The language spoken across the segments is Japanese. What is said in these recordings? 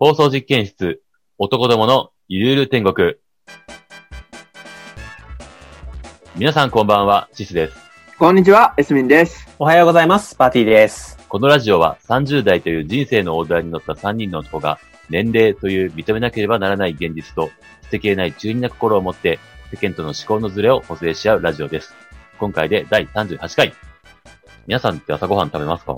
放送実験室、男どものゆるゆる天国。皆さんこんばんは、シスです。こんにちは、エスミンです。おはようございます。パーティーです。このラジオは30代という人生のオーダーに乗った3人の男が、年齢という認めなければならない現実と、捨てきれない中二な心を持って、世間との思考のズレを補正し合うラジオです。今回で第38回。皆さんって朝ごはん食べますか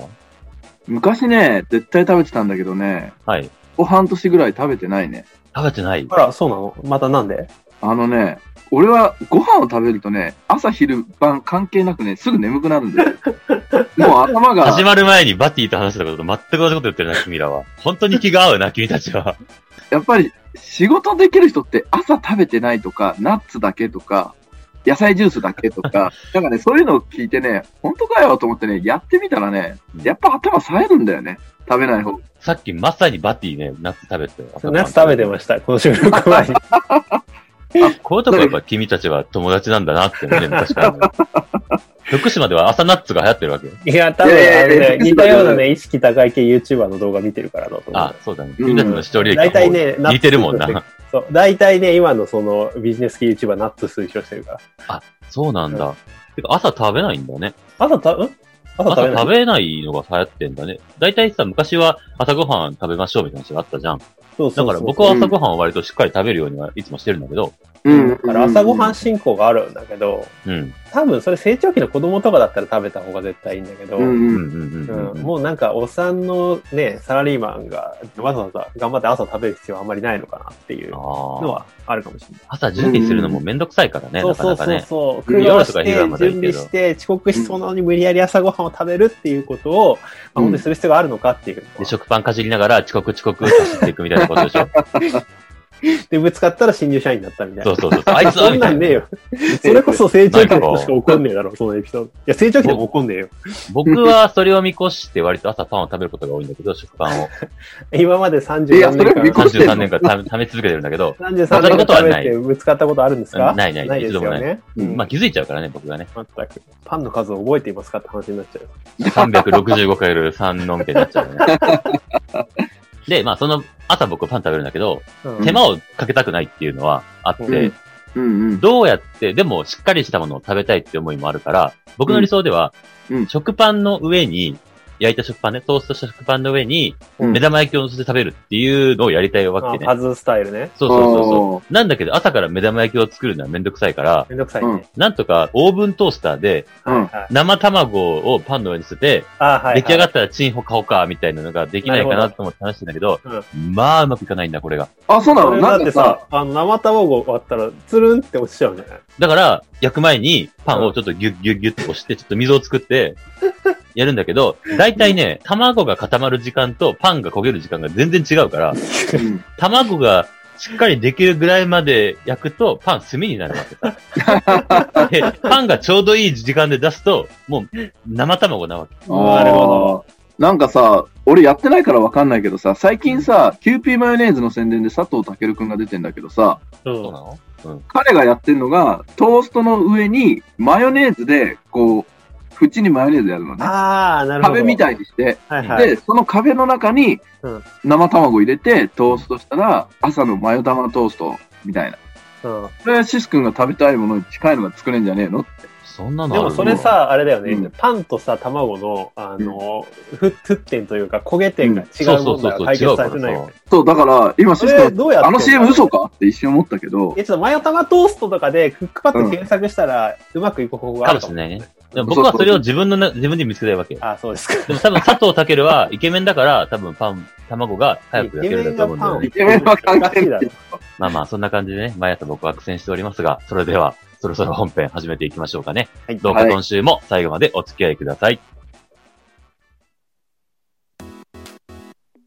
昔ね、絶対食べてたんだけどね、はい。ここ半年ぐらい食べてないね。食べてないあら、そうなのまたなんであのね、俺はご飯を食べるとね、朝昼晩関係なくね、すぐ眠くなるんだよ。もう頭が、始まる前にバティと話したことと全く同じこと言ってるな、君らは。本当に気が合うな、君たちは。やっぱり仕事できる人って朝食べてないとか、ナッツだけとか、野菜ジュースだけとか、なんかね、そういうのを聞いてね、本当かよと思ってね、やってみたらね、やっぱ頭冴えるんだよね。食べない方。さっきまさにバティね、ナッツ食べてたよ。夏食べてました、この収録 前に。こういうとこやっぱ君たちは友達なんだなってね、昔からね、 福島では朝ナッツが流行ってるわけよ。いや、多分、いやあいやいやのね、似たようなね、意識高い系 YouTuber の動画見てるからだと思う。あ、そうだね。君たちの視聴率大体ね、ナッツ似てるもんな。そう、大体ね、今のそのビジネス系 YouTuber ナッツ推奨してるから。そうなんだ。てか朝食べないんだね。朝た、ん朝食朝べない食べないのが流行ってんだね。大体さ、昔は朝ごはん食べましょうみたいな話があったじゃん。そうそだうそうから僕は朝ごはんを割としっかり食べるようにはいつもしてるんだけど、うん。だから朝ごはん進行があるんだけど、うん。多分それ成長期の子供とかだったら食べた方が絶対いいんだけど、うんうんうん。うんううんん、うん。もうなんか、お産のね、サラリーマンがわざわざ頑張って朝食べる必要はあんまりないのかなっていうのああ。はあるかもしれない。朝準備するのもめんどくさいからね、そうなかそうなかそうね。そう。うん車を夜として、か昼はまだいい準けど備して、遅刻しそうなのに無理やり朝ごはんを食べるっていうことを、うまあ、ん本当にする必要があるのかっていう。で、食パンかじりながら遅刻遅刻走っていくみたいなことでし ょ。で、ぶつかったら新入社員になったみたいそなう。そうそう。あいつはそんみなたいんねえな。よ。それこそ成長期でしか起こんねえだろ、そのエピソード。いや、成長期でも起こんねえよ。僕はそれを見越して割と朝パンを食べることが多いんだけど、食パンを。今まで30いや年それは見間。越してんの33年間 た貯め続けてるんだけど、 33年間食べてぶつかったことあるんですかないないないで一す度もよないね。うんまあ気づいちゃうからね、僕がね。全く。パンの数を覚えていますかって話になっちゃう。 365×3 のん けになっちゃうね。で、まあその朝僕パン食べるんだけど、うん手間をかけたくないっていうのはあって、うんうんうん。どうやって、でもしっかりしたものを食べたいって思いもあるから、僕の理想では、うんうん食パンの上に、焼いた食パンね、トーストした食パンの上に、うん目玉焼きを乗せて食べるっていうのをやりたいわあけね。パズスタイルね。そうそうそうそう。おーなんだけど、朝から目玉焼きを作るのはめんどくさいから、めんどくさいね。うんなんとかオーブントースターでうんはい生卵をパンの上に捨てて、あはいはい。出来上がっったらチンホカホカみたいなのができないかなと思って話してんだけど、なるほまあうまくいかないんだ、これが。あ、そうなのたなだんっでてさ、さ、あの、生卵割ったら、つるんって落ちちゃうんじゃないだから、焼く前にパンをちょっとギュッギュッギュッと押して、ちょっと溝を作 って、やるんだけど、だいたいね、卵が固まる時間とパンが焦げる時間が全然違うから、うん卵がしっかりできるぐらいまで焼くと、パン炭になるわけさ。で、 パンがちょうどいい時間で出すと、もう生卵なわけ。なるほど。なんかさ、俺やってないからわかんないけどさ、最近さ、キューピーマヨネーズの宣伝で佐藤健くんが出てんだけどさ、う。そうなんの彼がやってるのが、トーストの上にマヨネーズで、こう、縁にマヨネーズやるのね。ああ、なるほど。壁みたい。いにして、はいなはい。で、その壁の中にうん生卵入れてトーストしたら、朝のマヨ玉トーストみたいな。うんこれシス君が食べたいものに近いのが作れんじゃねえのそんなのであるもそれさ、あれだようねん。パンとさ、卵の、あの、ふ沸点というか、焦げ点が違そううそうそ問うそ題はう、解違決うかさられてないよさね。。そう、だから、今シそスれ君、どうやってあの CM 嘘かって一瞬思ったけど、え、ちょっとマヨ玉トーストとかで、クックパッド検索したら、うまくいく方法があかもるしかれも。ないね。でも僕はそれを自分のな、自分で見つけたいわけ。あ、そうですか。でも多分佐藤健はイケメンだから、多分パン、卵が早く焼けるんだと思うんだよねイ。ケメンは関係だないろ。まあまあ、そんな感じでね、毎朝僕は苦戦しておりますが、それでは、そろそろ本編始めていきましょうかね。はいどうか今週も最後までお付き合いください。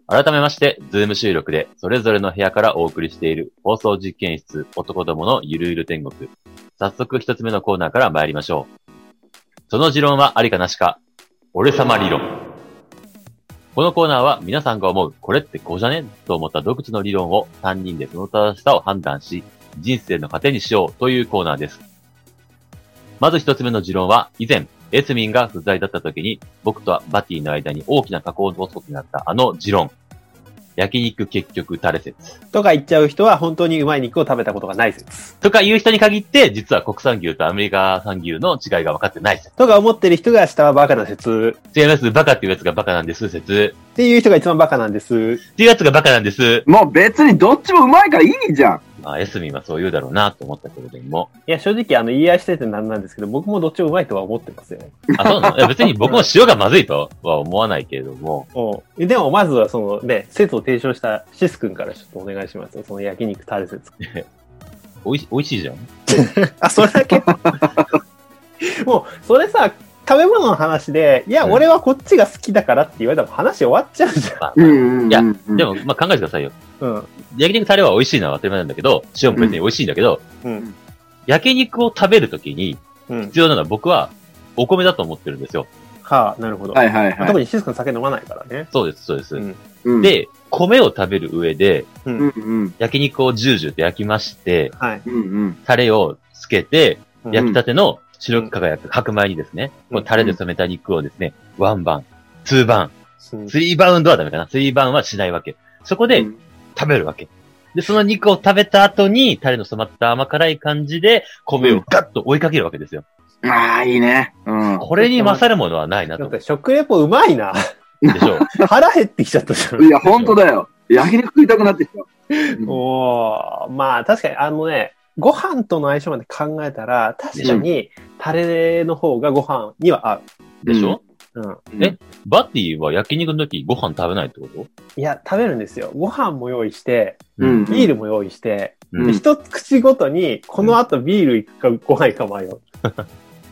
改めまして、ズーム収録でそれぞれの部屋からお送りしている放送実験室男どものゆるゆる天国。早速一つ目のコーナーから参りましょう。その持論はありかなしか、俺様理論。このコーナーは皆さんが思う、これってこうじゃねと思った独自の理論を3人でその正しさを判断し、人生の糧にしようというコーナーです。まず一つ目の持論は、以前、エスミンが不在だった時に、僕とバティの間に大きな加工を起こすことになったあの持論。焼肉結局タレ説。とか言っちゃう人は本当にうまい肉を食べたことがない説。とか言う人に限って、実は国産牛とアメリカ産牛の違いが分かってない説。とか思ってる人が下はバカな説。違います、バカっていうやつがバカなんです説。っていう人が一番バカなんです。っていうやつがバカなんです。もう別にどっちもうまいからいいじゃん。まあ、エスミンはそう言うだろうなと思ったけれども。いや、正直、あの、言い合いしててなんなんですけど、僕もどっちもうまいとは思ってますよ。あ、そうなのいや別に僕も塩がまずいとは思わないけれども。おでも、まずはそのね、説を提唱したシス君からちょっとお願いしますよ。その焼肉タレ説。おいし、おいしいじゃん。あ、それだけ もう、それさ、食べ物の話で、いや、うん俺はこっちが好きだからって言われたら話終わっちゃうじゃん。まあ、うんうんうん。いやでも、まあ、考えてくださいよ。うん。焼肉タレは美味しいのは当たり前なんだけど、塩も別に美味しいんだけど、うん。焼肉を食べるときにうん。必要なのは僕はお米だと思ってるんですよ。はあ、なるほど。はいはいはい。特にシス君酒飲まないからね。そうです、そうです。うん。うん、で、米を食べる上で、ううんん。うん。焼肉をジュージューと焼きまして、はい。うんうん。タレをつけて、うん焼きたての白く輝く白米にですね、こうんのタレで染めた肉をですね、ワンバン、ツーバン、うんスリーバウンドはダメかな。スリーバウンはしないわけ。そこうでん食べるわけ。で、その肉を食べた後に、タレの染まった甘辛い感じで、米をガッと追いかけるわけですよ。ああ、いいね。うん。これに勝るものはないななとん。か食レポうまいな。でしょう。腹減ってきちゃったじゃんい。や、ほんとだよ。焼肉食いたくなってきた。うんおーまあ確かにあのね、ご飯との相性まで考えたら、確かにタレの方がご飯には合でしょ、う。うん。えバッティは焼肉の時ご飯食べないってこといや、食べるんですよ。ご飯も用意して、うんビールも用意して、うんうでん一口ごとに、この後ビールいくかご飯いくか 迷う。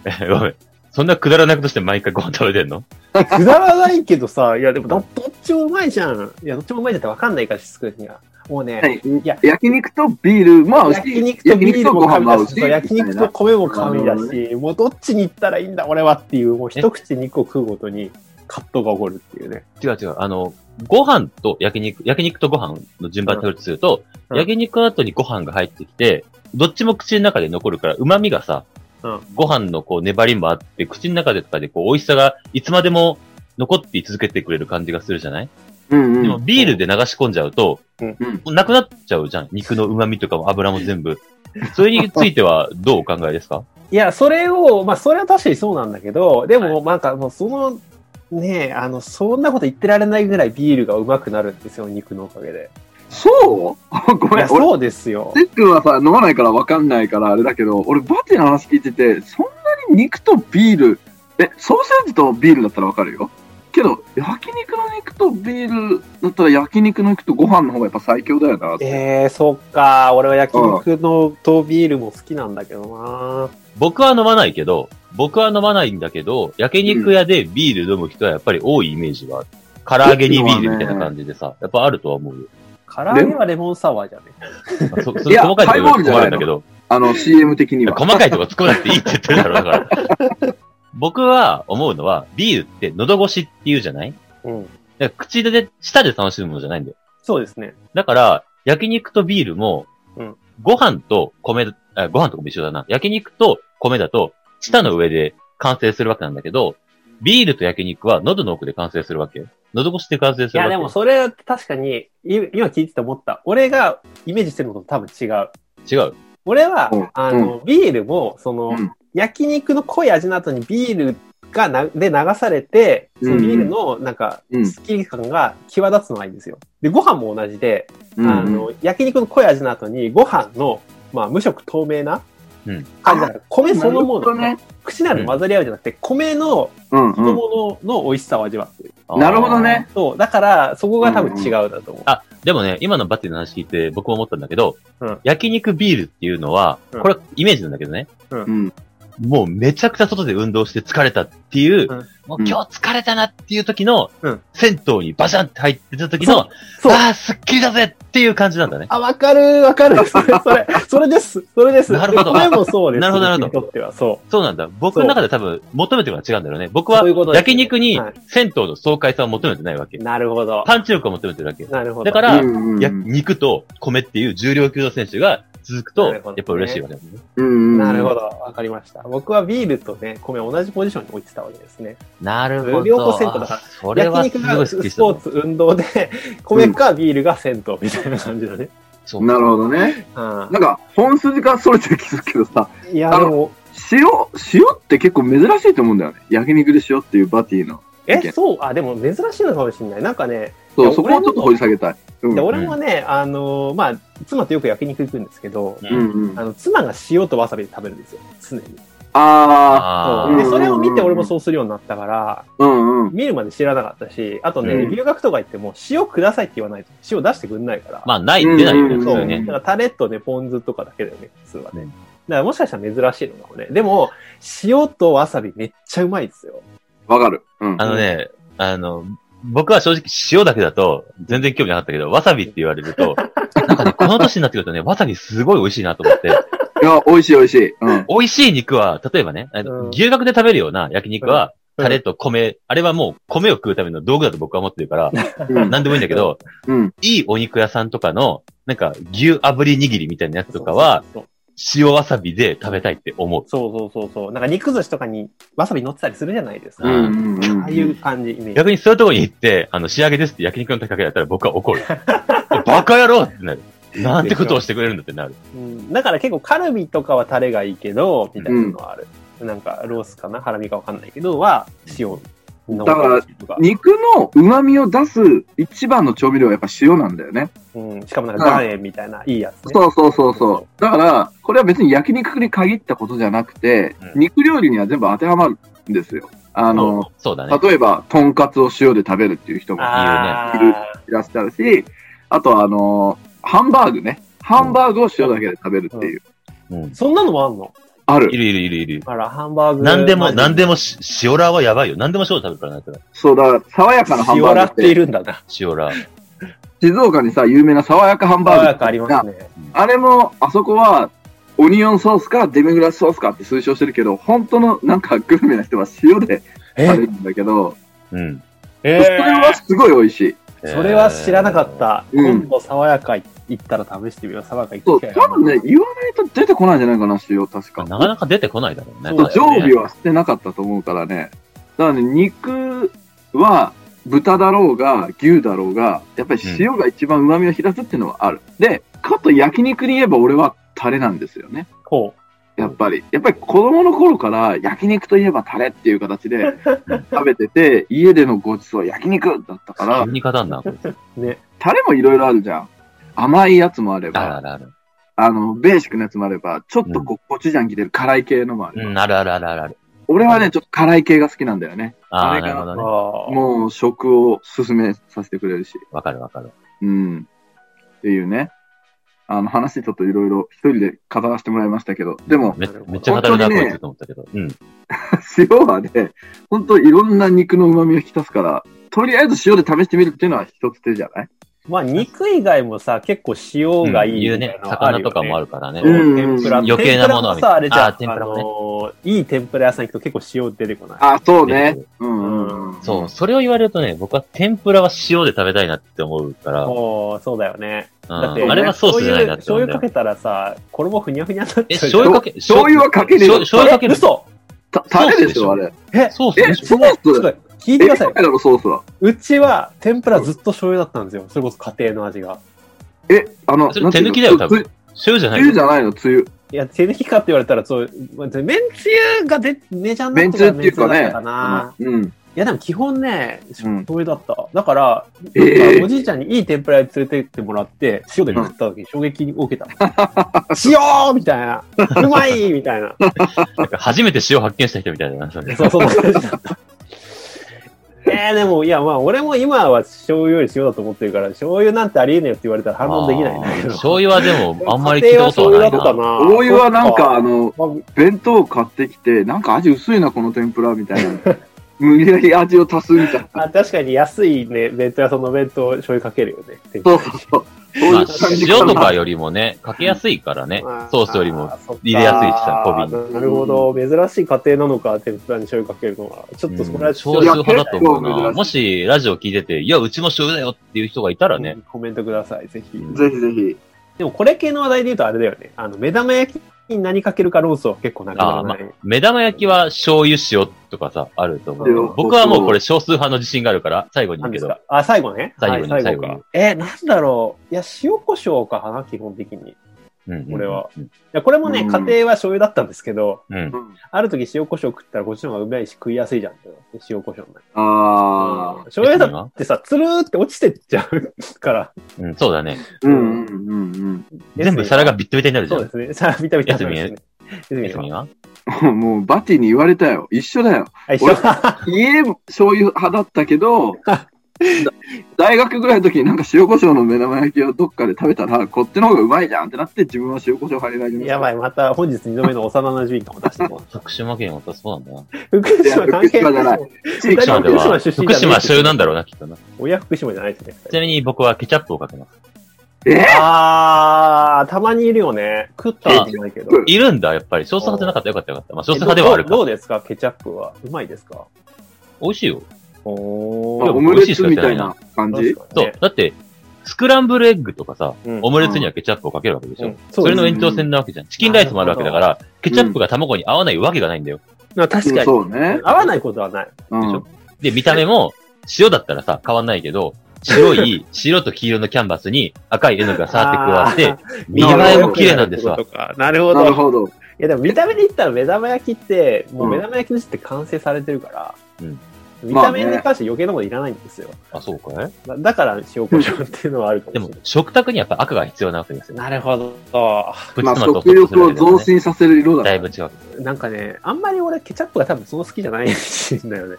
え ごめん。そんなくだらなくとして毎回ご飯食べてんのくだらないけどさ、いやでもどどっちもうまいじゃん。いや、どっちもうまいじゃんってわかんないから、しつくには。もうね、はいいや、焼肉とビールも合うし、焼肉とビー焼肉とルもご飯も合う神だしし、そう焼肉と米も神だし、もうどっちに行ったらいいんだ俺はっていう、もう一口肉を食うごとに葛藤が起こるっていうね。違う違う。あの、ご飯と焼肉、焼肉とご飯の順番で食べるとすると、うん焼肉の後にご飯が入ってきて、どっちも口の中で残るから、旨味がさ、うんご飯のこう粘りもあって、口の中でとかでこう美味しさがいつまでも残ってい続けてくれる感じがするじゃない、うんうでんもビールで流し込んじゃうと、うんうんなくなっちゃうじゃん。肉の旨味とかも油も全部。それについてはどうお考えですかいや、それを、まあ、それは確かにそうなんだけど、でも、なんかもうその、ねえ、あの、そんなこと言ってられないぐらいビールがうまくなるんですよ、肉のおかげで。そう ごいめん俺、や、、そうですよテ。ックはさ、飲まないからわかんないからあれだけど、俺、バティの話聞いてて、そんなに肉とビール、え、ソーセージとビールだったらわかるよ。けど、焼肉の肉とビールだったら焼肉の肉とご飯の方がやっぱ最強だよな。えー、そっか。俺は焼肉のとビールも好きなんだけどな。僕は飲まないけど、僕は飲まないんだけど、焼肉屋でビール飲む人はやっぱり多いイメージがある。唐揚げにビールみたいな感じでさ、やっぱあるとは思うよ。唐揚げはレモンサワーじゃねまあそ、そいや細かいところは突っ込まないんだけど、あの、CM 的には。細かいところ突っ込まなくていいって言ってるだろ、だから。僕は思うのは、ビールって喉越しって言うじゃないだかうん。ら口で、舌で楽しむものじゃないんだよ。そうですね。だから、焼肉とビールも、うんご飯と米、あご飯と米一緒だな。焼肉と米だと、舌の上で完成するわけなんだけど、ビールと焼肉は喉の奥で完成するわけ。喉越しで完成すいるわや、け。でもそれは確かに、い今聞いてて思った。俺がイメージしてるのと多分違う。違う。俺は、うんあの、ビールも、その、うん焼肉の濃い味の後にビールがな、で流されて、そのうんビールの、なんか、うんスッキリ感が際立つのがいいんですよ。で、ご飯も同じで、うんあの、焼肉の濃い味の後に、ご飯の、まあ、無色透明なうん感じだから、米そのもなるほどの、ね。口など混ざり合うじゃなくて、米の、うんそのうものの美味しさを味わってる。あーん。なるほど。ね。そう、だから、そこが多分違うだと思う。あ、でもね、今のバッテリーの話聞いて僕も思ったんだけど、うん焼肉ビールっていうのは、うんこれイメージなんだけどね、うん。もうめちゃくちゃ外で運動して疲れたっていう、うんもう今日疲れたなっていう時の、うん銭湯にバシャンって入ってた時の、そう。ああ、すっきりだぜっていう感じなんだね。あ、わかる、わかる。 それ、それ、それです。それです。なるほどこれもそうです。なるほどなるほど僕にとっては、そう。そうなんだ。僕の中で多分求めてるのは違うんだろうね。僕はそういうことですね焼肉にはい銭湯の爽快さを求めてないわけ。なるほど。パンチ力を求めてるわけ。なるほど。だかいら、うんうんや肉と米っていう重量級の選手が続くと、なやるっほどねぱ嬉しいわけですね。うん。なるほど。わかりました。僕はビールとね、米を同じポジションに置いてたわけですね。なるほど。両方セントだかあらそれは焼す肉ごがいスッキリスしたポなーツ、運動で、米かビールが銭湯みたいな感じ だね。そうなるほどね。うんなんか、本筋がそれてる気するけどさ、いや、あでのも、塩、塩って結構珍しいと思うんだよね。焼肉で塩っていうバティの。意え、見そう、あ、でも珍しいのかもしれない。なんかね、いそやう、そこをちょっと掘り下げたい。うん。でうん俺もね、あの、まあ、妻とよく焼肉行くんですけど、うんうん。あの、妻が塩とわさびで食べるんですよ、常に。ああうんーで、それを見てうん俺もそうするようになったから、ー、うんうん。見るまで知らなかったし、あとね、うん留学とか行っても、塩くださいって言わないと、塩出してくんないから。まあ、ない、出ないよね、うん普そう。通だね。からタレとね、ポン酢とかだけだよね、普通はね。うんだからもしかしたら珍しいのかもね。でも、塩とわさびめっちゃうまいですよ。わかる。うんあ。のね、あの、僕は正直塩だけだと全然興味なかったけど、わさびって言われる と、なんかね、この年になってくるとね、わさびすごい美味しいなと思って、いや、美味しい美味しい。うん。美味しい肉は、例えばね、あのうん牛角で食べるような焼肉は、うんタレと米、あれはもう米を食うための道具だと僕は思ってるから、うんなんでもいいんだけど、うん。いいお肉屋さんとかの、なんか牛炙り握りみたいなやつとかは、そう塩わさびで食べたいって思う。そうそうそうそう。なんか肉寿司とかにわさび乗ってたりするじゃないですか。うんうんうん。ああいう感じ、イメージ。逆にそういうところに行って、あの、仕上げですって焼肉の時かけられたら僕は怒る。バカ野郎ってなる。なんてことをしてくれるんだってなる。うん、だから結構カルビとかはタレがいいけど、みたいなのはある。なんかロースかなハラミかわかんないけど、は塩のだからとか、肉の旨味を出す一番の調味料はやっぱ塩なんだよね。うん、しかもなんか岩塩みたいないいやつ、ね。そうそうそうそう。だから、これは別に焼肉に限ったことじゃなくて、うん肉料理には全部当てはまるんですよ。あの、そうだね。例えば、とんかつを塩で食べるっていう人もあいいよねいらっしゃるし、あとはあの、ハンバーグね。ハンバーグを塩だけで食べるっていう。うんーそんなのもあんのあいる。るいるいるいる。あら、ハンバーグ。なんでも、なんでも。もし、塩ラーはやばいよ。なんでも塩食べるからな、やつらそうだ、爽やかなハン塩バらーっグてっいて、るんだな。塩ラー。静岡にさ、有名な爽やかハンバーグっ爽てやかありますね。あれも、あそこは、オニオンソースかデミグラスソースかって推奨してるけど、本当のなんかグルメな人は塩でえ食べるんだけど、うん。えそれはすごい美味しい。それは知らなかっ。た。えーうん今度、爽やか行ったら試してみよう。爽やか行そくう、機会多分ね、言わないと出てこないんじゃないかな、塩、確か。なかなか出てこないだろうね。そう常備は。はしてなかったと思うからね。だからね、肉は豚だろうが、牛だろうが、やっぱり塩が一番旨味を引き出すっていうのはある。で、かと焼肉に言えば俺はタレなんですよね。こやっぱり。やっぱり子供の頃から焼肉といえばタレっていう 形で食べてて、家でのごちそう焼肉だったから急、に語んな。う。ね。タレもいろいろあるじゃん。甘いやつもあれあるあば、るある。あの、ベーシックなやつもあれば、ちょっとこう、コチュジャン切れる辛い系のもある。うん、あるあるあるあるある。俺はね、ちょっと辛い系が好きなんだよね。あああ、れながるほどね。ももう食を進めさせてくれるし。わかるわかる。うん。っていうね。あの話ちょっといろいろ一人で語らせてもらいましたけど、でも、 めめっちゃ語るな、こいつと思ったけど。うん。塩はね、ほんといろんな肉の旨味を引き出すから、とりあえず塩で試してみるっていうのは一つ手じゃないうまあ、肉以外もさ、結構塩がいい言うみたいね。なのあるよ魚ね。とかもあるからね。うん天ぷら余計なものは天ぷらさ、あれじゃん。あ天ぷらもねあのーいい天ぷら屋さん行くと結構塩出てこない。あ、そうね。うんうんうん。そう、それを言われるとね、僕は天ぷらは塩で食べたいなって思うから、うんもう、そうだよね。だって、あれはソースじゃないなって醤思うんだ油醤油かよ。けたらさ、衣ふにゃふにゃになっちゃうえ、じゃん。醤油かけ、醤油はかけねえよ醤醤油かける嘘たタレでしょ、あれ。えソースえ、でしょソーちょっとス聞いてえ、くださいか。けだろ、ソースは。うちは天ぷらずっと醤油だったんですよ。それこそ家庭の味が。え、あの、それなんてい手うの抜きだよ多分つ醤油じゃなついゆよじゃないの、つゆ。いや、手抜きかって言われたら、そう、めんつゆがで、めちゃんめなんんつゆっていうかだっねたかな。。うん。いや、でも基本ね、醤ん油だった。だから、ええおじいちゃんにいい天ぷら屋に連れてってもらって、塩で食った時に衝撃を 受けた。塩みたいな。うまいみたいな。なんか初めて塩発見した人みたいだな。それそう、そんな感じだ った。えー、でも、いや、まあ、俺も今は醤油より塩だと思ってるから、醤油なんてありえねえよって言われたら反論できないんだけあーど。醤油はでも、あんまり聞いたことはない家庭は醤油だったな。な。お湯はなんか、あの、の、まあ弁当買ってきて、なんか味薄いな、この天ぷら、みたいな。 無理やり味を足すみたいな。あ確かに安いね、弁当屋さんの弁当、醤油かけるよね。そうそうそう。そうまあいう感じ塩かとなか。よりもね、かけやすいからねあ。ソースよりも。、入入れやすいしさ小瓶なるほど。珍しい家庭なのか、天ぷらに醤油かけるのは。ちょっとそこら少数いや派だと思う結構な。珍しいもし、ラジオ聞いてて、いや、うちも醤油だよっていう人がいたらね、コメントください、ぜひ。ぜひぜひ。でもこれ系の話題で言うとあれだよね。あの、目玉焼きに何かけるか論争は結構なくなあらーなまい。目玉焼きは醤油塩とかさ、あると思うけど。僕はもうこれ少数派の自信があるから、最後に言何うでけすど。かあ、最後ね。最後にはい最後にえ、なんだろう。いや、塩コショウかな、基本的に。いうんうんうん俺は。や、これもね、うん家庭は醤油だったんですけど、うん。うんある時塩コショウ食ったらこっちの方がうまいし食いやすいじゃんってなって。塩コショウになるああ。醤油だってさ、つるーって落ちてっちゃうから。うん、そうだね。うんうんうん全部皿がビットビタになるじゃそんう。ですね。さあ、ビタビタになるんですね。エスミンはうん。 もうバティに言われたよ。一緒だよ。あ一緒あ家も醤油派だったけど、 だ大学ぐらいの時になんか塩コショウの目玉焼きをどっかで食べたら、こっちの方がうまいじゃんってなって自分は塩コショウ入れないやばい。い、また本日2度目の幼馴染みとも出し ても。徳島県はそうなんだな。福島関係いや福島じゃない地福域大丈島夫では、福島出身じゃ福ない島は醤油なんだろうな、きっとな。親福島じゃないですね。ちなみに僕はケチャップをかけます。えあー、たまにいるよね。食ったことないけど。いるんだ、やっぱり。少数派じゃなかったよかったよかった。まあ少数派ではあるどうか。どうですかケチャップは。うまいですか美味しいよ。おまあーオムレツみたいな感じそう。だって、スクランブルエッグとかさ、うんオムレツにはケチャップをかけるわけでしうょん。それのね延長線なわけじゃん。チキンライスもあるわけだから、ケチャップが卵に合わないわけがないんだよ。まあ確かに。そうね。合わないことはない。うんでしょで、見た目も、塩だったらさ、変わんないけど、白い、白と黄色のキャンバスに赤い絵の具がさーって加わって、見栄えも綺麗なんですわ。なるほなるど。ほど。いやでも見た目で言ったら目玉焼きって、もううん目玉焼きの時って完成されてるから、うん見た目に関して余計なこといらないんですよ。あ、そうかいだだから塩コショウっていうのはあるかもしでれもない。、食卓にはやっぱ赤が 必要なわけですよ。なるほど。プチまあトマトを食欲を増進させる色だだ。いぶ違う。なんかね、あんまり俺ケチャップが多分その好きじゃないんだよね。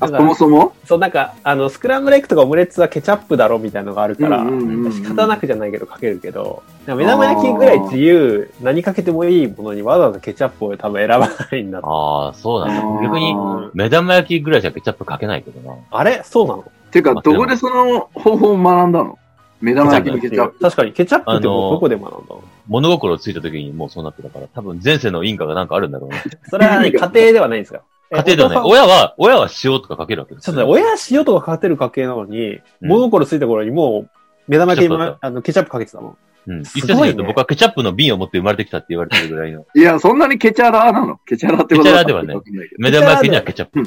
あだそからもそもそうなんか、あの、スクランブルエッグとかオムレツはケチャップだろみたいなのがあるから、うんうんうんうん仕方なくじゃないけどかけるけど、なんか目玉焼きぐらい自由、何かけてもいいものにわざわざケチャップを多分選ばないんだと。ああ、そうなんあだ。ー逆に、うん目玉焼きぐらいじゃケチャップかけないけどな。あれそうなのてか、どこでその方法を学んだの目玉焼きにケチャップ。確かにケチャップってもあのーうどこで学んだの、物心ついた時にもうそうなってたから、多分前世の因果がなんかあるんだろうね。それは、ね、家庭ではないんです か家庭ではない。えお父さん親は、親は塩とかかけるわけですちょよっとね、親塩とかかけてる家系なのに、物心ついた頃にもう目玉焼きケチャッにプだっあのケチャップかけてたもん。うん。す一ごいね説によると僕はケチャップの瓶を持って生まれてきたって言われてるぐら いの。いや、そんなにケチャラーなのケチャラーってことケチャラではないわかんないけど目玉焼きにはケチャップ。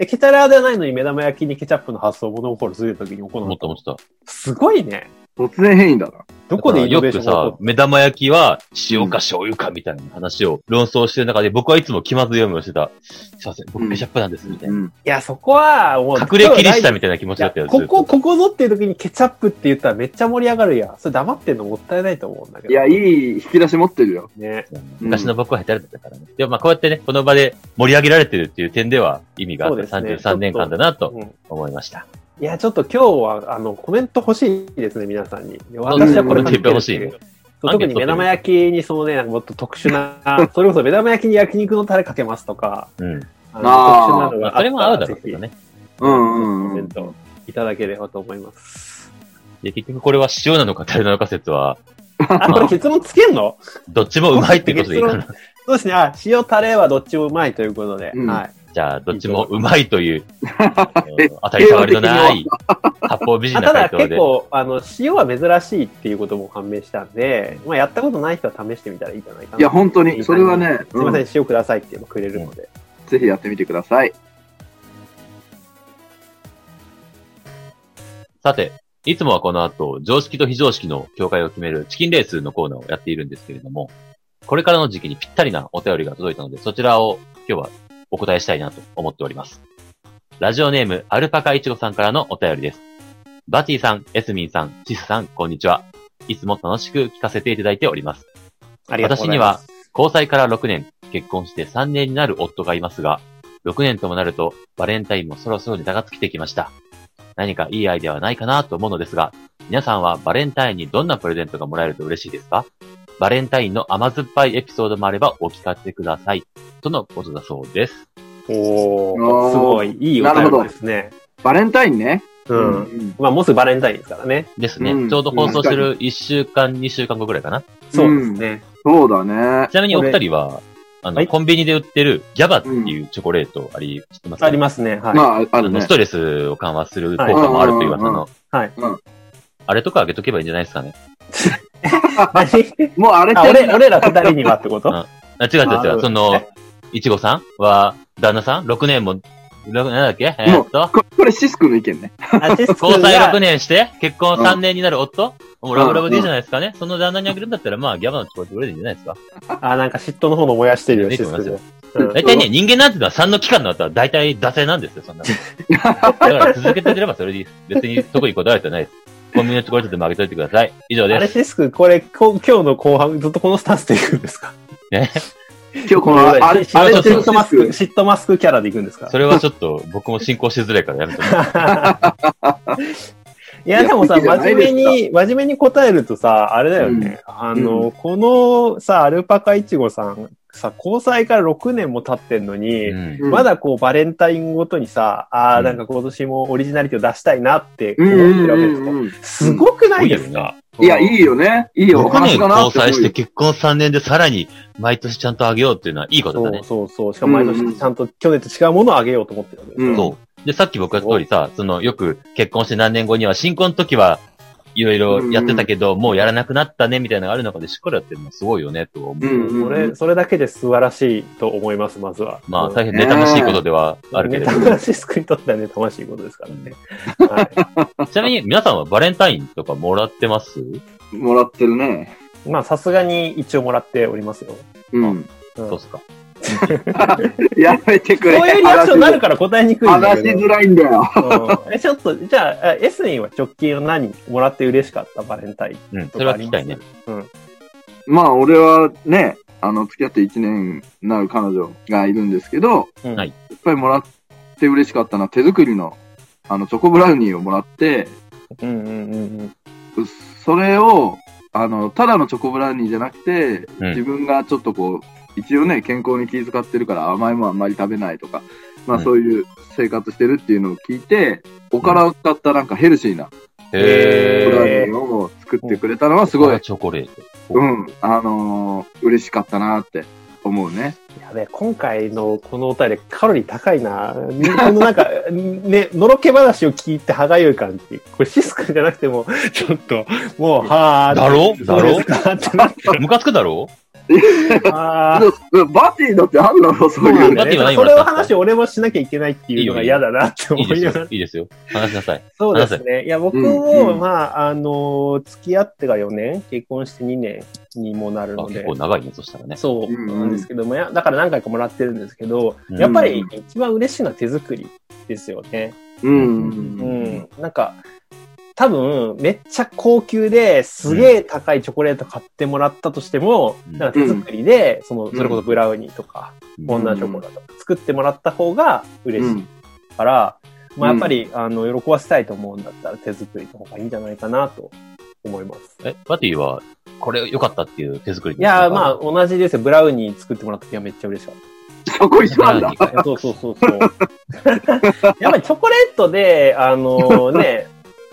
え、ケチャラーではないのに目玉焼きにケチャップの発想を物心ついた時に行う思った思ってた。すごいね。突然変異だな。どこでイノよベーシくョンが起こさる、目玉焼きは塩か醤油かみたいな話を論争してる中で、僕はいつも気まずい思いをしてた。すいません、僕ケチャップなんです、みたいうな。ん。いや、そこは、もう。隠れキリシタいみたいな気持ちだやったよ、ずっことこ、ここぞっていう時にケチャップって言ったらめっちゃ盛り上がるやん。それ黙ってんのもったいないと思うんだけど。いや、いい引き出し持ってるよ。ね。昔の僕は下手だったからね。でもまあこうやってね、この場で盛り上げられてるっていう点では意味があってそうですね33年間だなとうん思いました。いや、ちょっと今日は、あの、コメント欲しいですね、皆さんに。ですね私はこれコメいントっぱい欲しいねそう特に目玉焼きに、そのね、なんかもっと特殊な、 それこそ目玉焼きに焼肉のタレかけますとか、うん。ああーの特殊なのがあったそられも合うだろうけどぜね。うひんうんコうメんン。トいただければと思い ます。で、結局これは塩なのかタレなのか説は、あ、これ結論つけんのどっちもうまいってことでいいかな。 そうですね。あ、塩タレはどっちもうまいということで。うんはい。じゃあ、どっちもうまいと いう、あのえ当たり障りのない、発泡美人あなた回だ答結で。構、あの、塩は珍しいっていうことも判明したんで、まあ、やったことない人は試してみたらいいんじゃないかな。いや、本当に、それはね、すみまうせんん、塩くださいって言えばくれるので。ぜひやってみてください。さて、いつもはこの後、常識と非常識の境界を決めるチキンレースのコーナーをやっているんですけれども、これからの時期にぴったりなお便りが届いたので、そちらを今日はお答えしたいなと思っております。ラジオネーム、アルパカイチゴさんからのお便りです。バティさん、エスミンさん、チスさん、こんにちは。いつも楽しく聞かせていただいております。ありがとうございます。交際から6年、結婚して3年になる夫がいますが、6年ともなると、バレンタインもそろそろネタが尽きてきました。何かいいアイデアはないかなと思うのですが、皆さんはバレンタインにどんなプレゼントがもらえると嬉しいですかバレンタインの甘酸っぱいエピソードもあればお聞かせください。とのことだそうです。おおー、ーすごい、いいおなる便ほりどですね。バレンタインね。う。うんん。まあ、もうすぐバレンタインですからね。ですね。うんちょうど放送する1週間、2週間後ぐらいかな。そうですね。そうだねち。なみにお二人は、あの、はいコンビニで売ってるギャバっていうチョコレートあり、知ってますかありますね。はい。まあ、ああるの、ねス。トレスを緩和する効果もあるという噂の。はいあれとかあげとけばいいんじゃないですかね。何もうあれあてる俺俺ら二人にはってことうんあ、違う違う違あう。その、いちごさんは、旦那さん ?6 年も、ろなんだっけえーっと、ここれシスクの意見ね。アシス交君際6が、年して、結婚うん3年になる夫、もうラブラブでいいじゃないですかね。その旦那にあげるんだったら、まあ、ギャバのチョコレートくれるんじゃないですか。あ、なんか嫉妬の方の燃やしてるよ、いいシとス思います君よが。うん大体ね、人間なんてのは3の期間になったら大体惰性なんですよ、そんなの。だから続けてくればそれでいいです。別に特にこだわりはないです。コンビニのチョコレートでもあげといてください。以上あでれす。シス君、これ、こう今日の後半、ずっとこのスタンスでいくんですかね。今日この、あれ、嫉あれそうてそうる妬マスク、嫉妬マスクキャラでいくんですかそれはちょっと僕も進行しづらいからやめてもらって。いや、でもさ、いや真面目に、真面目に答えるとさ、あれだよね。あの、このさ、アルパカイチゴさん、さ、交際から6年も経ってんのに、うんうんまだこう、バレンタインごとにさ、あうあ、んなんか今年もオリジナリティを出したいなってう思っんてるうわけでんうんうん。すか。すごくないですか、な。いや、いいよね。いいお6話年だな交って思うよ。際して結婚3年でさらに毎年ちゃんとあげようっていうのはいいことそだうね。そうそう。しかも毎年ちゃんと去年と違うものをあげようと思ってるわけですようんそう。で、さっき僕が言った通りさ、その、よく結婚して何年後には、新婚の時は、いろいろやってたけど、もうやらなくなったね、みたいなのがある中で、しっかりやってるのはすごいよね、とは思う。うんうんそれ、それだけで素晴らしいと思います、まずは。まあ、大変ね、ね楽しいことではあるけれど。ネタシスクにとってはね、楽しいことですから ね。はちなみに、皆さんはバレンタインとかもらってますもらってるね。い。まあ、さすがに一応もらっておりますよ。うん。うんそうっすか。 やめてくれ。こういうリアクションになるから答えにくいんだ話けしど。づらいんだよ。うんえちょっと、じゃあ、あエスミンは直近は何もらって嬉しかったバレンタインうん、そとれかはあ聞りきたますいね。。まあ、俺はね、あの、付き合って1年になる彼女がいるんですけど、うんはいやっぱりもらって嬉しかったのは手作りの、あの、チョコブラウニーをもらって、うんうんうんうん。それを、あの、ただのチョコブラウニーじゃなくて、うん自分がちょっとこう、一応ね、健康に気遣ってるから甘いもんあんまり食べないとか、まあうんそういう生活してるっていうのを聞いて、おからを使ったなんかヘルシーなブへへー。ラウニーを作ってくれたのはすごい、チョコレート。うん、あのー嬉しかったなって思うね。やべえ、今回のこのお便りカロリー高いな。みこのなんか、 ね、のろけ話を聞いて歯がゆい感じ。これシスクじゃなくても、ちょっと、もう、はあ。だろそうですかってなってムカつくだろ あーでもバティだってあるだろ、そういうだの。って今何そもられったをんですか話を俺もしなきゃいけないっていうのが嫌だなってい思いでいす なよがら。。いいですよ。話しなさい。そうですね。いや、僕うんうも、んまあ、あの、付き合ってが4年、結婚して2年にもなるあの結で構。長いね、そしたらね。そううんうんなんですけども、やだから何回かもらってるんですけど、うんやっぱり一番嬉しいのは手作りですよね。うん。ううんん、なんか、多分、めっちゃ高級で、すげえ高いチョコレート買ってもらったとしても、うんなんか手作りで、その、んそれこそブラウニーとか、うんフォンダンチョコだとか、作ってもらった方が嬉しいから、んまあやっぱり、あの、喜ばせたいと思うんだったら手作りの方がいいんじゃないかなと思います。え、バティは、これ良かったっていう手作りいやー、まあ、同じですよ。ブラウニー作ってもらった時はめっちゃ嬉しかった。そこ一緒なんだ。そうそうそう そう。やっぱりチョコレートで、あ のね、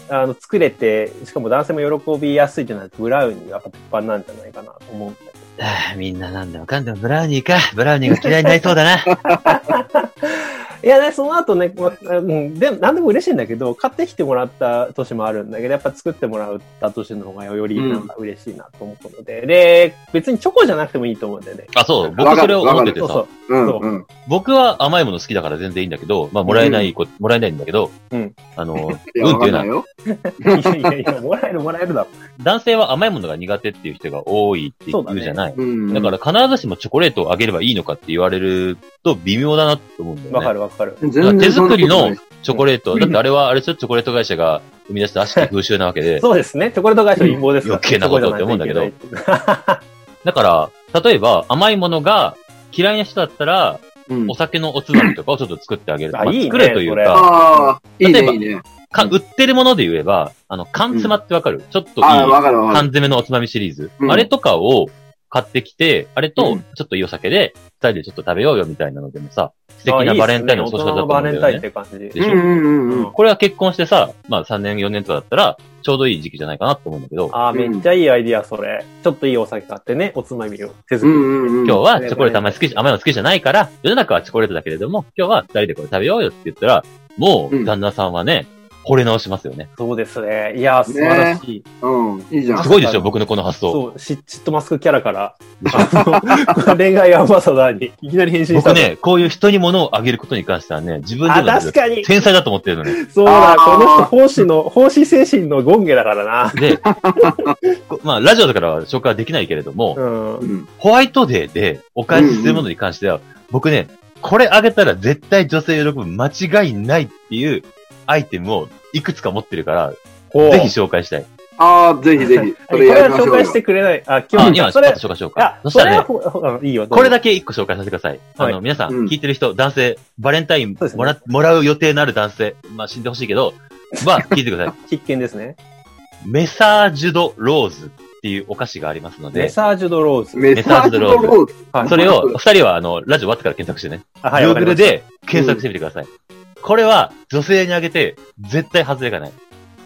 あの作れて、しかも男性も喜びやすいじゃないとブラウニーがやっぱ鉄板なんじゃないかなと思うんだけああ、 みんななんでもかんでもブラウニーか。ブラウニーが嫌いになりそうだな。ど。いやね、その後ね、まあうん、でも何でも嬉しいんだけど、買ってきてもらった年もあるんだけど、やっぱ作ってもらった年の方がよりなんか嬉しいなと思うので、で、別にチョコじゃなくてもいいと思うんだよね。 あ、そう、僕それを思っててそうそさ う、。うんうん。僕は甘いもの好きだから全然いいんだけど、まあ、もらえないこ、もらえないんだけど、うんあ の、うんっていいや、わかんうのな、はいよ。いやいやいや、もらえるもらえるだろ。男性は甘いものが苦手っていう人が多いっていそうだうねじゃない。うん。だから必ずしもチョコレートをあげればいいのかって言われると微妙だなと思うんだよね。わかるわかる。全だから然手そ作んなこりとないのチョコレート。だってあれは、あれちょっとチョコレート会社が生み出した悪しき風習なわけで。そうですね。チョコレート会社の陰謀ですから、余計なことって思うんだけどチョコレートなんていけないっていうだから、例えば甘いものが嫌いな人だったら、うんお酒のおつまみとかをちょっと作ってあげる。あまあいいね作れというそれか、ああ、いい例えばね、いいね。か売ってるもので言えば、あの、缶詰ってわかる、ちょっといいああ、わ缶かるわかる。詰のおつまみシリーズ、うんあれとかを買ってきて、あれうとん、ちょっといいお酒で、二人でちょっと食べようよみたいなのでもさ、素敵あないいっすねバレンタインの過ごし方だと思うんだ大人のバレンタよインっね。て感じ。でしょ、うんうんうんうん。これは結婚してさ、まあ3年4年とかだったら、ちょうどいい時期じゃないかなと思うんだけど、ああ、めっちゃいいアイディア、それ。ちょっといいお酒買ってね、おつまみを手う作んり。うんうん。今日はチョコレートあんまり好きじゃ、甘いの好きじゃないから、世の中はチョコレートだけれども、今日は二人でこれ食べようよって言ったら、もう、うん旦那さんはね、惚れ直しますよね。そうですね。いや、素晴らしい。うん、いいじゃんす。ごいでしょ、僕のこの発想。そう、シットマスクキャラから、あの 恋愛アンバサダーにいきなり変身した。僕ね、こういう人に物をあげることに関してはね、自分であ、もなんです確かに。天才だと思ってるの ね。そうだ、あーこの人、奉仕の、奉仕精神の権下だからな。で、こまあ、ラジオだからは紹介はできないけれども、うんう。ん、ホワイトデーでお返しするものに関しては、僕ね、これあげたら絶対女性喜ぶ間違いないっていうアイテムをいくつか持ってるから、ぜひ紹介したい。ああ、ぜひ ぜひ。こそれれやはりまし紹ょう介よし。てくれない。あ、今あ、日、今、それ、紹介しようあか。、そしそたれらねは、、うんいいよ。どうぞこれだけ一個紹介させてください。あの、は皆さん、うん聞いてる人、男性、バレンタインそうですねもら,、もらう予定のある男性、まあ死んでほしいけど、ま あ、聞いてください。必見ですね。メサージュドローズっていうお菓子がありますのメで、サージュドローズ。メサージドローズ。はいそれを、二人はあの、ラジオ終わってから検索してね、あはい、わかりま Google したで検索してみてください。これは女性にあげて絶対外れがない。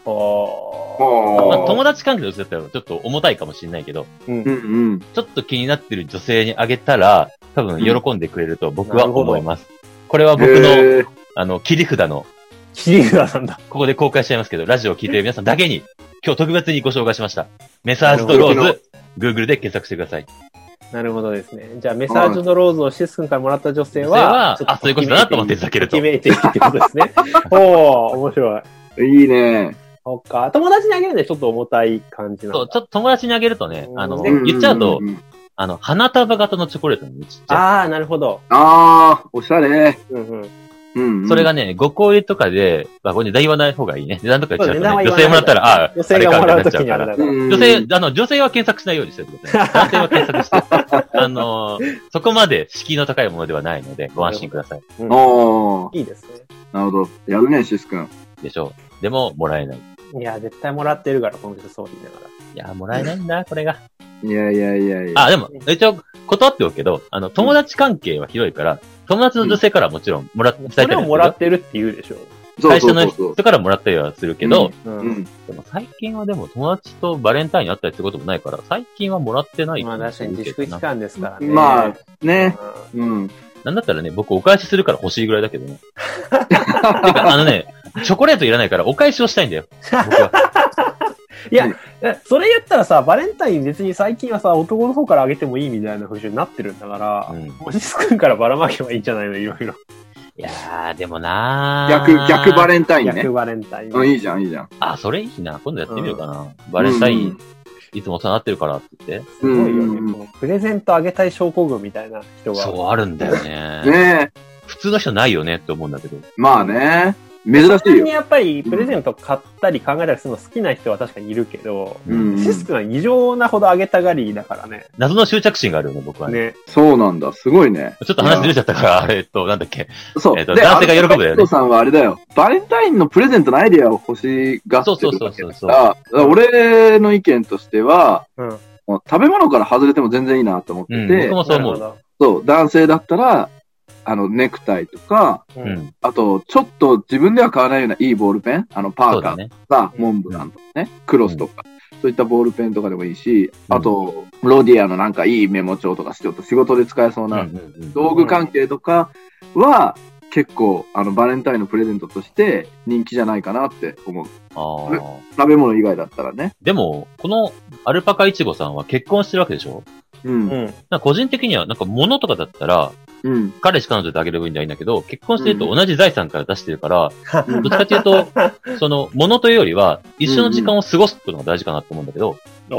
おーまあ、あ友達関係の女性だったらちょっと重たいかもしれないけど、うんうんうん。ちょっと気になってる女性にあげたら、多分喜んでくれると僕は思います。これは僕の、へーあの、切り札の、キリグラさんだ。ここで公開しちゃいますけど、ラジオを聞いてる皆さんだけに、今日特別にご紹介しました。メサージドロなーるズ、Google で検索してください。なるほどですね。じゃあ、メサージュドローズをシス君からもらった女性は、女性はあそういうことだなと思っていただけると決めていくってことで すね。おー、面白い。いいね。そっか。友達にあげるんでちょっと重たい感じなそのう、ちょっと友達にあげるとねう、んあの、うん言っちゃうとん、んんあの、花束型のチョコレートのちっちゃああ、なるほど。ああ、おしゃれ。うんうん。うん、うん。い。それがね、5個入りとかで、まあ、これ値段言わない方がいいね。値段とか言っちゃうと、ね、そうね女性もらったら、ああ、女性がもらうときにああれれかみうだから。たん、いになっちゃうから。女性、あの、女性は検索しないようにしてください。男性は検索して。あのー、そこまで敷居の高いものではないので、ご安心ください。おーいいですね。なるほど。やるね、シス君。でしょう。でも、もらえない。いいや、絶対もらってるから、この人そう言いながら。やー、もらえないんだ、これが。いやいやいやいや。あ、でも、一応、断っておくけど、あの、友達関係は広いから、友達の女性からはもちろん、もらって、それをもらってるって言うでしょ。そう最初そうそうのそう人。からもらったりはするけど、うう。ん。でも最近はでも友達とバレンタインに会ったりってこともないから、最近はもらってない。まあ確かに自粛期な。間ですからね。まあ、うんね。。うん。なんだったらね、僕お返しするから欲しいぐらいだけどね。てか、あのね、チョコレートいらないからお返しをしたいんだよ。僕は。いや、えそれ言ったらさ、バレンタイン別に最近はさ、男の方からあげてもいいみたいな風習になってるんだから、うん、いおじすくんからばらまけばいいんじゃないのいろいろ。やー、でもな逆、ー。逆バレンタインね逆。バレンタイン。うん、いいじゃん、いいじゃん。あ、それいいな。今度やってみようかな。バレンタイン、うんいつもお世話になってるからって言って。すごいよね。うんうんうんこのプレゼントあげたい症候群みたいな人が。そうあるんだよね。ねえ。普通の人ないよねって思うんだけど。まあね。珍しい単によ。やっぱりプレゼント買ったり考えたりするの好きな人は確かにいるけど、うん。シス君は異常なほどあげたがりだからね。謎の執着心があるよね、僕はね。ね。そうなんだ。すごいね。ちょっと話ずれちゃったから、えっと、なんだっけ。そう。えっとで男性が喜ぶよねアルファベットさんはあれだよ。バレンタインのプレゼントのアイディアを欲しがってるわけそうそうそうだそうから、だから俺の意見としては、うん。もう食べ物から外れても全然いいなと思っうてん、て、僕もそう思う。なるそう、男性だったら、あの、ネクタイとか、ほど。う。ん、あと、ちょっと自分では買わないようないいボールペンあの、パそうーカだーね。とか、モンブランとかね、クロスとか、そういったボールペンとかでもいいし、うんあと、ロディアのなんかいいメモ帳とかしておくと仕事で使えそううんうなんうん道具関係とかは、結構、あの、バレンタインのプレゼントとして人気じゃないかなって思う。ああ。食べ物以外だったらね。でも、このアルパカイチゴさんは結婚してるわけでしょうん。うなん。んか個人的には、なんか物とかだったら、うん。彼氏彼女であげればいいんだいいんだけど、結婚してると同じ財産から出してる から、うんどっちかっていうと、その、物というよりは、一緒の時間を過ごすことが大事かなと思うんだけど、おー。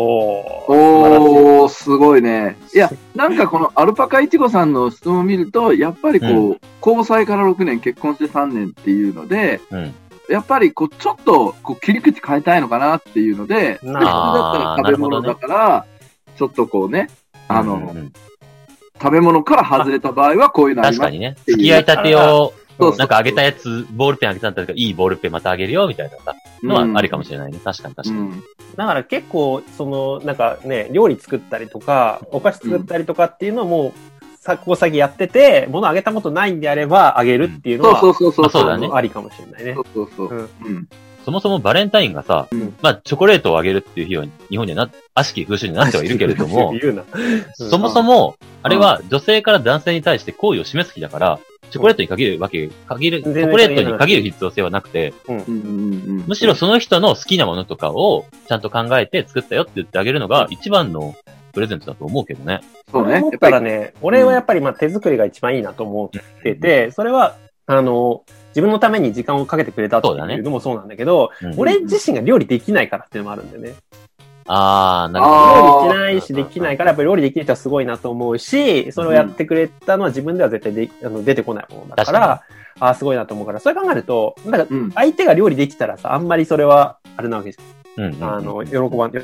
おー、すごいね。いや、なんかこのアルパカイチゴさんの質問を見ると、やっぱりこう、う交際から6年、結婚して3年っていうので、うん。やっぱりこう、ちょっとこう切り口変えたいのかなっていうので、で普な通だったら食べあーなるほど物ねだから、ちょっとこうね、あの、うんうん食べ物から外れた場合はこういうのあり確まかす。にね、ていう付き合いたてを、そうそうなんかあげたやつ、ボールペンあげたんだったら、いいボールペンまたあげるよ、みたいなさのはありかもしれないね。確かに確かに。うんだから結構、その、なんかね、料理作ったりとか、お菓子作ったりとかっていうのをもう、さ、ここ先やってて、物あげたことないんであれば、あげるっていうのそうは、そうそうそう。あそうだねありかもしれないねそ。うそうそう。うんうん。そもそもバレンタインがさ、うんまあ、チョコレートをあげるっていう日は、日本にはな、悪しき風習になってはいるけれど も、言うな。そもそも、あれは女性から男性に対して好意を示す日だから、チョコレートに限るわけ、限る、チ全然ョコレートに限る必要性はなくて、うんうんうん。むしろその人の好きなものとかをちゃんと考えて作ったよって言ってあげるのが一番のプレゼントだと思うけどね。そうね。やっ思ったぱらり、ね、俺はやっぱりまあ手作りが一番いいなと思ってて、それは、あの、自分のために時間をかけてくれたってそうだいねうのもそうなんだけど、うん俺自身が料理できないからっていうのもあるんだよね。あー、なるほど。あー料理しないしできないから、やっぱり料理できる人はすごいなと思うし、それをやってくれたのは自分では絶対であの出てこないものだから、ああ、すごいなと思うから、それ考えると、なんかうん。相手が料理できたらさ、あんまりそれは、あれなわけじうんうんうゃんん。あの、喜ば、喜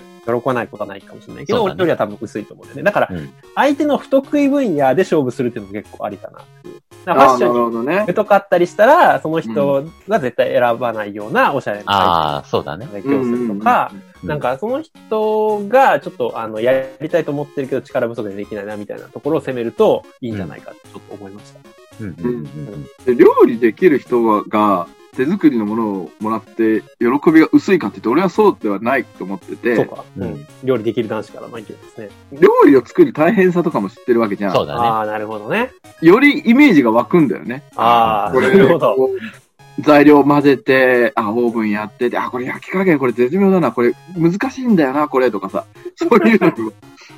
ばないことはないかもしれないけど、そうだ俺ねよりは多分薄いと思うんだよね。だから、うん相手の不得意分野で勝負するっていうのも結構ありかなっていう。だからあファッあ、シなるョンほどねに。疎かったりしたら、その人が絶対選ばないようなおしゃれなあー、そうだね。相手うんをうんすうるんとか、、うんなんかその人がちょっとあのやりたいと思ってるけど力不足でできないなみたいなところを攻めるといいんじゃないかってちょっと思いました。うんうんうんうんで料理できる人が手作りのものをもらって喜びが薄いかって言って、俺はそうではないと思ってそて、うか、ううんん。料理できる男子からの意見ですね。料理を作る大変さとかも知ってるわけじゃ。そうんだね。ああ、なるほどね。よりイメージが湧くんだよね。ああ、こなれるほど。こう材料混ぜて、あ、オーブンやってて、あ、これ焼き加減、これ絶妙だな、これ難しいんだよな、これとかさ、そういうのに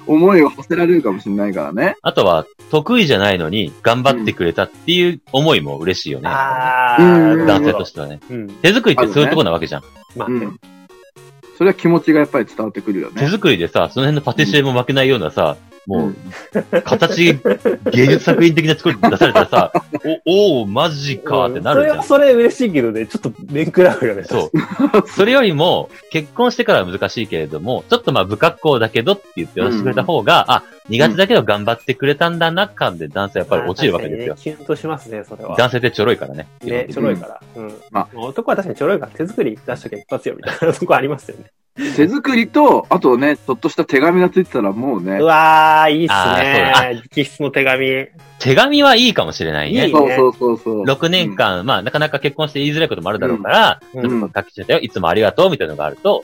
思いを馳せられるかもしれないからね。あとは、得意じゃないのに頑張ってくれたっていう思いも嬉しいよね。あうあ、んな男る性とほどしてはね。うん。手作りってそういうとこなわけじゃん。まあ、うん。それは気持ちがやっぱり伝わってくるよ手ね。作りでさ、その辺のパティシエも負けないようなさ、もう、形、芸術作品的な作り出されたらさ、お、おー、マジかってなるじゃうんん。それはそれ嬉しいけどね、ちょっと面食らうよね。そう。それよりも、結婚してからは難しいけれども、ちょっとまあ不格好だけどって言ってしてくれた方が、あ、苦手だけど頑張ってくれたんだな感で男性はやっぱり落ちるわけですよまあ。確かにね、キュンとしますね、それは。男性ってちょろいからね。ね、ちょろいから。うん。ままあ、男は確かにちょろいから手作り出しときゃ一発よみたいなとこあります よね。手作りと、あとね、ちょっとした手紙がついてたらもうねう、わー、いいっあーすね。直筆の手紙。手紙はいいかもしれないね。いいねそうそうそうそう。 6年間、まあ、なかなか結婚して言いづらいこともあるだろうから、うんちょっと書き留めたよ、いつもありがとうみたいなのがあると、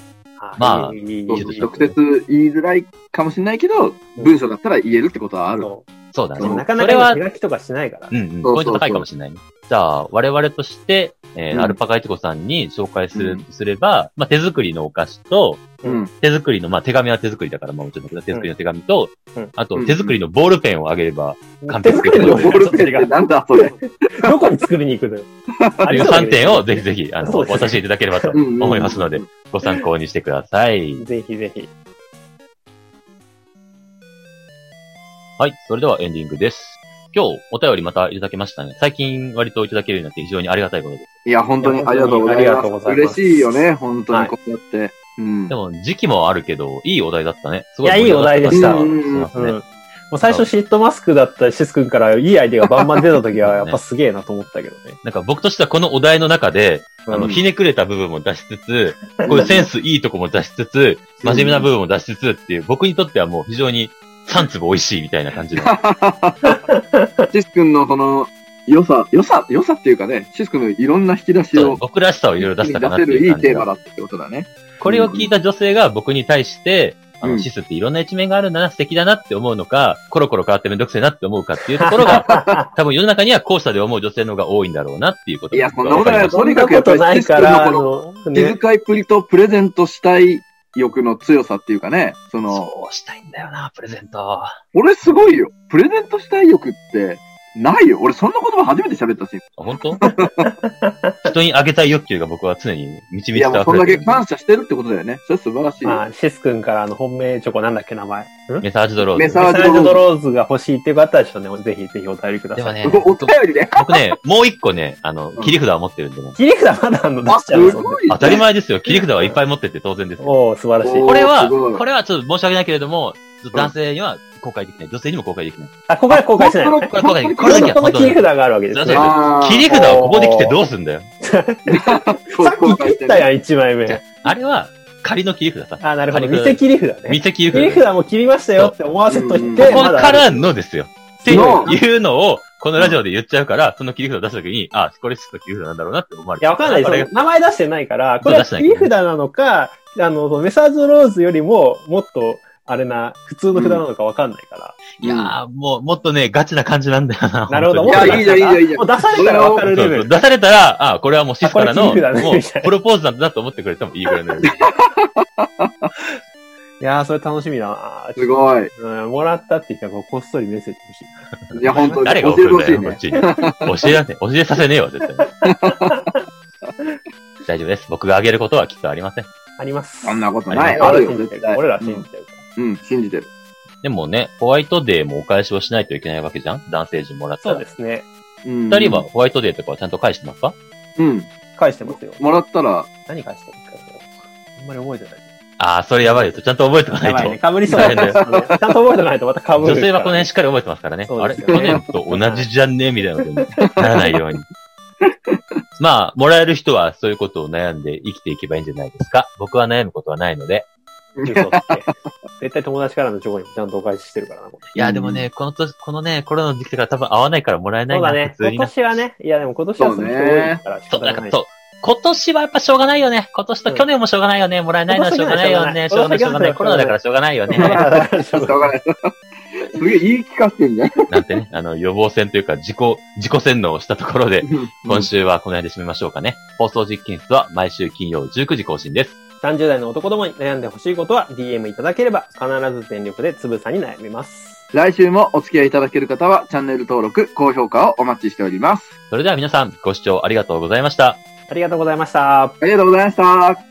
まあいいいいいいそうちそょっうと直接言いづらいかもしれないけど、文章だったら言えるってことはある。そそうだうね。なかなそれかは手、書きとかしないからうね。んうん、そうそうそうポイント高いかもしれないね。じゃあ、我々として、えーうんアルパカイチコさんに紹介する、うんすれば、まあ、手作りのお菓子と、 うん。手作りの、まあ、手紙は手作りだから、まあ、もちろんだけど手作りの手紙と、うんあうと、ん手作りのボールペンをあげれば、完手璧作りのボボーールルペンってなんだそれ。 どこに作りに行くのよ。あいうそうだね3点をぜひぜひ、あの、そうおですね渡しいただければとうんうん思いますので、ご参考にしてください。ぜひぜひ。はい、それではエンディングです。今日、お便りまたいただけましたね。最近割といただけるようになって非常にありがたいことです。いや、本当にありがとうございいや本当にありがとうまごす。ざいま嬉すしいよね、本当にこうやって。うんで。も、時期もあるけど、いいお題だったね。すごいやいいお題でした盛り上がってうまん。すねもう最初シットマスクだったシス君からいいアイデアがバンバン出た時はやっぱすげえなと思ったけどね。なんか僕としてはこのお題の中で、あうの、んひねくれた部分も出しつつ、こういうセンスいいとこも出しつつ、真面目な部分も出しつつっていう、僕にとってはもう非常に3粒美味しいみたいな感じの。シス君のこの良さ、良さ、良さっていうかね、シス君のいろんな引き出しそうを僕らしさをいろいろ出したかなって出せいるいうい感じテーマが。だってことだね。これを聞いた女性が僕に対して、あうの、んシスっていろんな一面があるんだな、素敵だなって思うのか、コロコロ変わってめんどくせえなって思うかっていうところが、 多分世の中には後者で思う女性の方が多いんだろうなっていうこといやそんなことがない分かりましとそにんかなくやっこぱとりないから、あシス君の、気ね。遣いっぷりとプレゼントしたい欲の強さっていうかね、そたの、そうしたいんだよな、プレゼント。俺すごいよ。プレゼントしたい欲って、ないよ。俺そんな言葉初めて喋ったし。あ本 当人にあげたい欲求が僕は常に満ちい満や、ちとも溢うそんだれてける。感謝してるってことだよね。それ素晴らしい。まあ、シス君からあの本命チョコなんだっけ名前。んメサージドローメズ。サージサイドドローズが欲しいっていう方はちょっとね、ぜひぜひお便りくだでさ。はいね、おお僕便りね。ね、もう一個ね、あのうん、切り札を持ってるんでね。切り札まだあんの出あ、しちすゃうごい、ね。当たり前ですよ。切り札はいっぱい持ってて当然ですよ。おおー素晴らしいおー。これすは、ごいこれはちょっと申し訳ないけれども、男性には公開できない。女性にも公開できない。あ、ここは公開しないのね。これこれここれだけれはこの切り札があるわけです出せね。るああー切り札をここで来てどうすんだよ。そうさっき切ったやん、1枚じゃ目。ああれは、仮の切り札さ。あ、なるほど。仮に偽切り札ね。店切り切り札。こ札も切りましたよって思わせといそうて、こまだかあらるのですよ。ってのいうのを、このラジオで言っちゃうから、その切り札を出した時に、あ、これちょっと切り札なんだろうなって思われいや、わかんないそれでがす。名前出してないから、これは切り札なのか、あの、メサーズローズよりも、もっと、あれな、普通の札なのかわかんないから。いやー、もう、もっとね、ガチな感じなんだよな。 なるほど。本い当やにいいじゃんいいじゃんいいじゃんもう出されたらわかそるレうベそうル。出されたら、あこれはもうシスからあの、これキングだねも、みたいうなプロポーズなんだなと思ってくれてもいいぐ らいのレベル。いやー、それ楽しみだなすごい。うん、もらったって言ったら、こうこっそりメッセージ欲しい。いや、本当に。誰が教え送てるんほだしいよ、こっね。ちに。教えらせ、教えさせねえわ、絶対。 大丈夫です。僕があげることはきっとありません。あります。そんなことない。あ俺るらよ、信じ絶てる対。俺らう信んじてるから。うん、信じてる。でもね、ホワイトデーもお返しをしないといけないわけじゃん男性陣もらったそうらで。すね。二二人はホワイトデーとかはちゃんと返してますかうん。返してますよ。もらったら、何返してるんですかあんまり覚えてない。ああ、それやばいよ。ちゃんと覚えておかやばいなね。いと。かぶりそう大だ変ね。だよちゃんと覚えてないとまたかぶる。女性はこの辺しっかり覚えてますからね。そうあれです去よね年と同じじゃんねみたいなことにならないよう に。まあ、もらえる人はそういうことを悩んで生きていけばいいんじゃないですか。僕は悩むことはないので。嘘つけ絶対友達からの情報にもちゃんとお返ししてるからな。これいや、でもね、この年、このね、コロナの時期だから多分合わないからもらえなそいうな、だね。普通に今な。年はね。いや、でも今年はそういう人多いから仕そう、方なんがなかい。そう。今年はやっぱしょうがないよね。今年と去年もしょうがないよね。もらえないのはしょうがないよね。し今ょうがない、年しょうはしょがなうがないい。コロナだからしょうがないよね。しょ うがない。すげえ言い聞かせてんね。なんてね、あの、予防線というか、自己、自己洗脳をしたところで、今週はこの辺で締めましょうかね。放送実験室は毎週金曜19時更新です。 30代の男どもに悩んでほしいことは DM いただければ必ず全力でつぶさに悩みます。来週もお付き合いいただける方は、チャンネル登録、高評価をお待ちしております。それでは皆さん、ご視聴ありがとうございました。ありがとうございました。ありがとうございました。